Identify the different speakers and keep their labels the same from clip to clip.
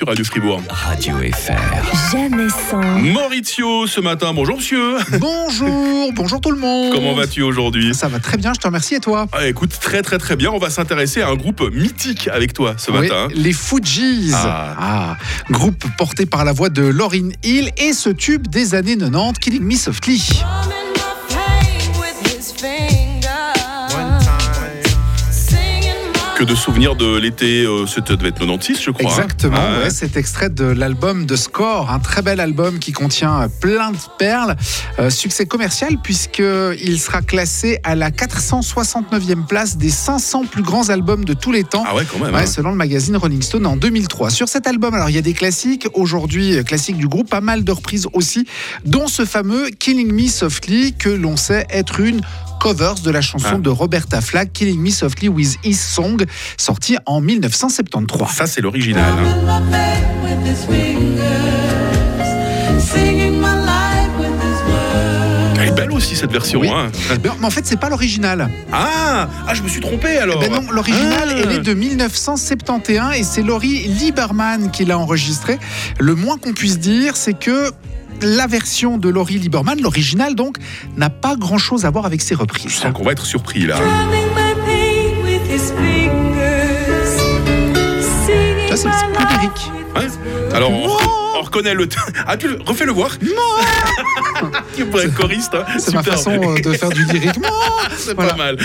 Speaker 1: sur Radio Fribourg.
Speaker 2: Radio FR.
Speaker 3: Jamais sans,
Speaker 1: Maurizio, ce matin, bonjour monsieur.
Speaker 4: Bonjour, bonjour tout le monde.
Speaker 1: Comment vas-tu aujourd'hui
Speaker 4: Ça va très bien, je te remercie et toi
Speaker 1: ah, Écoute, très très très bien. On va s'intéresser à un groupe mythique avec toi ce
Speaker 4: Oui,
Speaker 1: matin.
Speaker 4: les Fujis,
Speaker 1: Ah.
Speaker 4: Ah, groupe porté par la voix de Lauryn Hill et ce tube des années 90, Killing Me Softly.
Speaker 5: Warming my pain with his fingers. Singing my
Speaker 1: Que de souvenirs de l'été, euh, c'était devait être 96, je crois. hein.
Speaker 4: Exactement,
Speaker 1: Ah,
Speaker 4: ouais, cet extrait de l'album de Score, un très bel album qui contient euh, plein de perles. Euh, succès commercial puisqu'il sera classé à la 469e place des 500 plus grands albums de tous les temps.
Speaker 1: Ah ouais, quand même.
Speaker 4: Ouais,
Speaker 1: hein.
Speaker 4: selon le magazine Rolling Stone en 2003. Sur cet album, alors il y a des classiques, aujourd'hui euh, classiques du groupe, pas mal de reprises aussi, dont ce fameux Killing Me Softly que l'on sait être une cover de la chanson
Speaker 1: Ah.
Speaker 4: de Roberta Flack, Killing Me Softly with His Song, sortie en 1973.
Speaker 1: Ça, c'est l'original. hein.
Speaker 5: Warming my pain with his fingers. Singing my life with his words.
Speaker 1: Elle est belle aussi cette version.
Speaker 4: Oui.
Speaker 1: hein.
Speaker 4: Mais, mais en fait, c'est pas l'original.
Speaker 1: Ah, ah, je me suis trompé alors.
Speaker 4: Ben non, l'original,
Speaker 1: Ah.
Speaker 4: elle est de 1971 et c'est Laurie Lieberman qui l'a enregistré. Le moins qu'on puisse dire, c'est que la version de Laurie Lieberman, l'original donc, n'a pas grand-chose à voir avec ses
Speaker 1: Je
Speaker 4: reprises.
Speaker 1: sens qu'on va être surpris là.
Speaker 5: Warming my pain with his fingers. Singing
Speaker 4: Ça, c'est
Speaker 5: my
Speaker 4: plus
Speaker 5: life
Speaker 4: lyrique.
Speaker 5: with
Speaker 1: Hein Alors, on, on reconnaît le. Ah, tu le... refais-le voir. Tu pourrais être choriste. hein.
Speaker 4: C'est ma
Speaker 1: Super.
Speaker 4: façon euh, de faire du lyrique.
Speaker 1: C'est
Speaker 4: voilà.
Speaker 1: pas mal.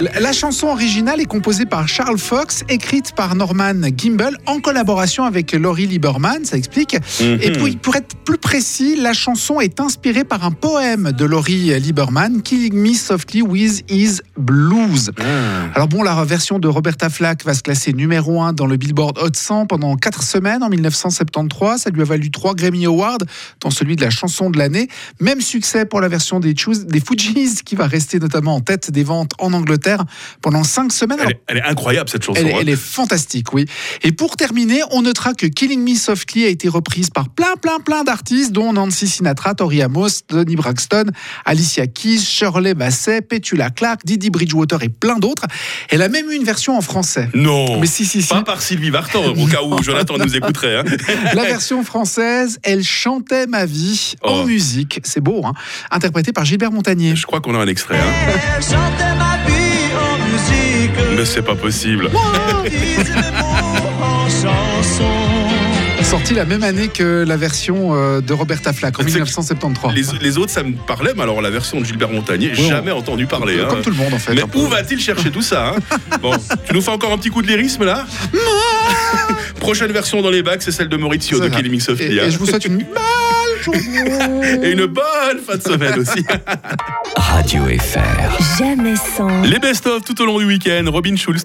Speaker 4: La- La chanson originale est composée par Charles Fox, écrite par Norman Gimbel en collaboration avec Laurie Lieberman, ça explique. Et
Speaker 1: Mhm.
Speaker 4: puis, pour être plus précis, la chanson est inspirée par un poème de Laurie Lieberman, Killing Me Softly with His Blues.
Speaker 1: Ah.
Speaker 4: Alors bon, la version de Roberta Flack va se classer numéro 1 dans le Billboard Hot 100 pendant 4 semaines en 1973. Ça lui a valu 3 Grammy Awards, dont celui de la chanson de l'année. Même succès pour la version des, Choos- des Fujis, qui va rester notamment en tête des ventes en Angleterre pendant 5 semaines.
Speaker 1: Elle, est, elle est incroyable cette chanson.
Speaker 4: Elle,
Speaker 1: hein.
Speaker 4: elle est fantastique, oui. Et pour terminer, on notera que Killing Me Softly a été reprise par plein, plein, plein d'artistes, dont Nancy Sinatra, Tori Amos, Donny Braxton, Alicia Keys, Shirley Bassey, Petula Clark, Didi Bridgewater et plein d'autres. Elle a même eu une version en français.
Speaker 1: Non.
Speaker 4: Mais si, si, si.
Speaker 1: Pas par Sylvie Vartan, au cas où Jonathan nous écouterait. hein.
Speaker 4: La version française, elle chantait ma vie
Speaker 1: Oh.
Speaker 4: en musique. C'est beau, hein Interprétée par Gilbert Montagnier.
Speaker 1: Je crois qu'on a un extrait. hein.
Speaker 6: Elle chantait ma vie en musique,
Speaker 1: Mais c'est pas possible.
Speaker 6: disait mes mots en chanson.
Speaker 4: Sortie la même année que la version euh, de Roberta Flack en
Speaker 1: C'est que
Speaker 4: 1973.
Speaker 1: Les, les autres, ça me parlait, mais alors la version de Gilbert Montagnier,
Speaker 4: on-
Speaker 1: jamais entendu parler. hein.
Speaker 4: Euh, Comme tout le monde, en fait.
Speaker 1: Mais
Speaker 4: un peu.
Speaker 1: où va-t-il chercher tout ça hein Bon, tu nous fais encore un petit coup de lyrisme là Prochaine version dans les bacs, c'est celle de Maurizio de
Speaker 4: C'est vrai.
Speaker 1: Killing Me
Speaker 4: Et,
Speaker 1: Softly. hein.
Speaker 4: et je vous souhaite une belle journée.
Speaker 1: Et une bonne fin de semaine aussi.
Speaker 2: Radio FR.
Speaker 3: jamais sans.
Speaker 1: les best-of tout au long du week-end. Robin Schulz, tout